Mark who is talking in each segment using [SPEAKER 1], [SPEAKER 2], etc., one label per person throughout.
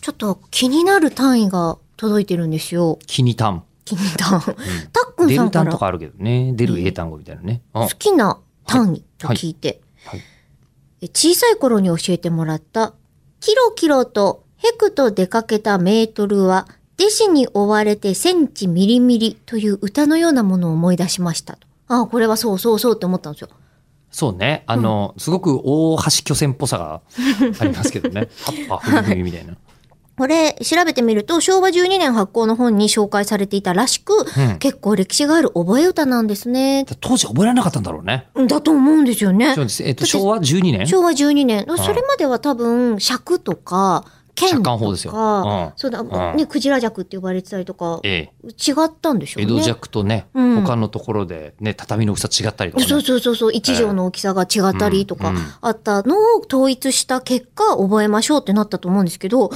[SPEAKER 1] ちょっと気になる単位が届いてるんですよ。
[SPEAKER 2] キニタン。
[SPEAKER 1] 気にな る。たっくん
[SPEAKER 2] デ
[SPEAKER 1] さ
[SPEAKER 2] ル
[SPEAKER 1] ん
[SPEAKER 2] タ
[SPEAKER 1] か
[SPEAKER 2] ン
[SPEAKER 1] ら
[SPEAKER 2] とかあるけどね。出る英単語みたいなね。う
[SPEAKER 1] 好
[SPEAKER 2] ん
[SPEAKER 1] きな単位と聞いて、
[SPEAKER 2] はいはい
[SPEAKER 1] え小さい頃に教えてもらった、キロキロとヘクと出かけたメートルは、弟子に追われてセンチミリミリという歌のようなものを思い出しましたと。ああ、これはそうそうそうって思ったんですよ。
[SPEAKER 2] そうね。あの、すごく大橋巨船っぽさがあります けどね。あ、あ、ふみふみみたいな。
[SPEAKER 1] これ、調べてみると、昭和12年発行の本に紹介されていたらしく、
[SPEAKER 2] うん
[SPEAKER 1] 結構歴史がある覚え歌なんですね。
[SPEAKER 2] 当時覚えられなかったんだろうね。
[SPEAKER 1] だと思うんですよね
[SPEAKER 2] そう。ですえっと、昭和12年
[SPEAKER 1] 昭和12年。
[SPEAKER 2] ん
[SPEAKER 1] それまでは多分、尺とか、剣
[SPEAKER 2] 借
[SPEAKER 1] と
[SPEAKER 2] 款法
[SPEAKER 1] か、
[SPEAKER 2] ですよ。うん
[SPEAKER 1] そうだ、
[SPEAKER 2] ん
[SPEAKER 1] ね、クジラ尺って呼ばれてたりとか、違
[SPEAKER 2] ええ。
[SPEAKER 1] ったんでしょう
[SPEAKER 2] 江
[SPEAKER 1] ね。
[SPEAKER 2] 戸弱とね、
[SPEAKER 1] うん
[SPEAKER 2] 他のところでね、畳の大きさ違ったりとか、ね。
[SPEAKER 1] そうそうそうそう、一条の大きさが違ったりと
[SPEAKER 2] う
[SPEAKER 1] か
[SPEAKER 2] んうん
[SPEAKER 1] あったのを統一した結果、覚えましょうってなったと思うんですけど、こ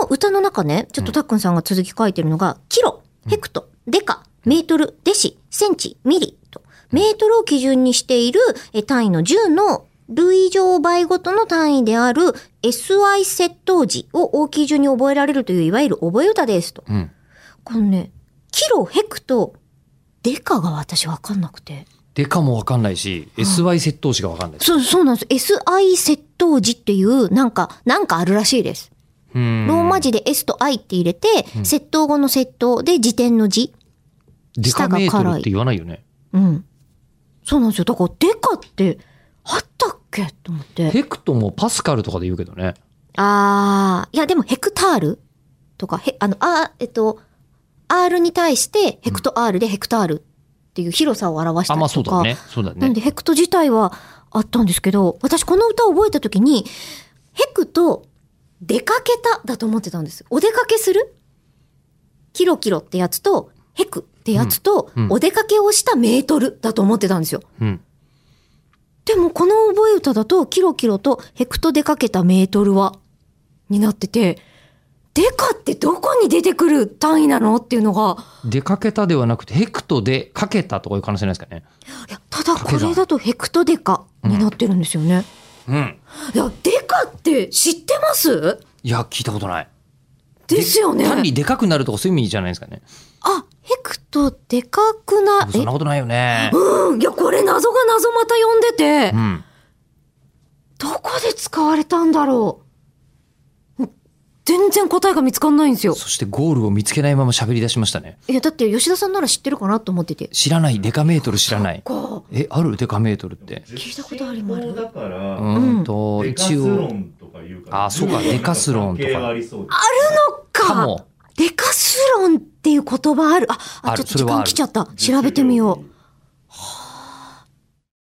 [SPEAKER 1] の歌の中ね、ちょっとたっくんさんが続き書いてるのが、キロ、ヘクト、デカ、メートル、デシ、センチ、ミリと、メートルを基準にしているえ単位の10の類乗倍ごとの単位である SI 窃盗時を大きい順に覚えられるといういわゆる覚え歌ですと。
[SPEAKER 2] うん。
[SPEAKER 1] このね、キロ、ヘクト、デカが私わかんなくて。
[SPEAKER 2] でかもわかんないし、SY 窃盗士がわかんないし。
[SPEAKER 1] そう、そうなんです。SI 窃盗時っていう、なんか、なんかあるらしいです。
[SPEAKER 2] ロ
[SPEAKER 1] ローマ字で S と I って入れて、窃盗後の窃盗で辞典の字。
[SPEAKER 2] デカメートルって言わないよね。
[SPEAKER 1] うん。そうなんですよ。だから、デカって、あったっけと思って。
[SPEAKER 2] ヘクトもパスカルとかで言うけどね。
[SPEAKER 1] あー、いや、でも、ヘクタールとか、へ、あの、あ、えっと、R に対して、ヘクト R でヘクタールっていう広さを表した
[SPEAKER 2] あ、
[SPEAKER 1] りとか。
[SPEAKER 2] まあそうだね。そうだ
[SPEAKER 1] なんで
[SPEAKER 2] ね。
[SPEAKER 1] ヘクト自体はあったんですけど、私この歌を覚えた時に、ヘクト、出かけただと思ってたんです。お出かけするキロキロってやつと、ヘクってやつと、
[SPEAKER 2] うんうん
[SPEAKER 1] お出かけをしたメートルだと思ってたんですよ。
[SPEAKER 2] うん。
[SPEAKER 1] でもこの覚え歌だと、キロキロとヘクト出かけたメートルは、になってて、デカってどこに出てくる単位なのっていうのが、
[SPEAKER 2] 出かけたではなくて、ヘクトでかけたとかいう可能性ないですかね。
[SPEAKER 1] いやただこれだとヘクトデカになってるんですよね。
[SPEAKER 2] うん。
[SPEAKER 1] いや、デカって知ってます
[SPEAKER 2] いや、聞いたことない。
[SPEAKER 1] ですよね。
[SPEAKER 2] 単にでかくなるとかそういう意味じゃないですかね。
[SPEAKER 1] あ、ヘクトでかくな、
[SPEAKER 2] そんなことないよね
[SPEAKER 1] え、。うん、いや、これ謎が謎また読んでて
[SPEAKER 2] う、ん。
[SPEAKER 1] どこで使われたんだろう。うん全然答えが見つかんないんですよ。
[SPEAKER 2] そしてゴールを見つけないまま喋り出しましたね。
[SPEAKER 1] いや、だって吉田さんなら知ってるかなと思ってて。
[SPEAKER 2] 知らない、デカメートル知らない。
[SPEAKER 1] こ
[SPEAKER 2] え、あるデカメートルって。
[SPEAKER 1] 聞いたことあります
[SPEAKER 3] 実行だか
[SPEAKER 2] う
[SPEAKER 3] ら、
[SPEAKER 2] ーんと、
[SPEAKER 3] デカス
[SPEAKER 2] 一
[SPEAKER 3] ロ
[SPEAKER 2] 応、
[SPEAKER 3] ンとかいうから。
[SPEAKER 2] あそうかデカスロンとか
[SPEAKER 3] 関係がありそうで
[SPEAKER 1] うか。
[SPEAKER 2] かも。
[SPEAKER 1] デカスロンっていう言葉ある。あ、あ
[SPEAKER 2] ある
[SPEAKER 1] ちょっと
[SPEAKER 2] そ
[SPEAKER 1] 時
[SPEAKER 2] れはあ
[SPEAKER 1] 間
[SPEAKER 2] る
[SPEAKER 1] 来ちゃった。調べてみよう。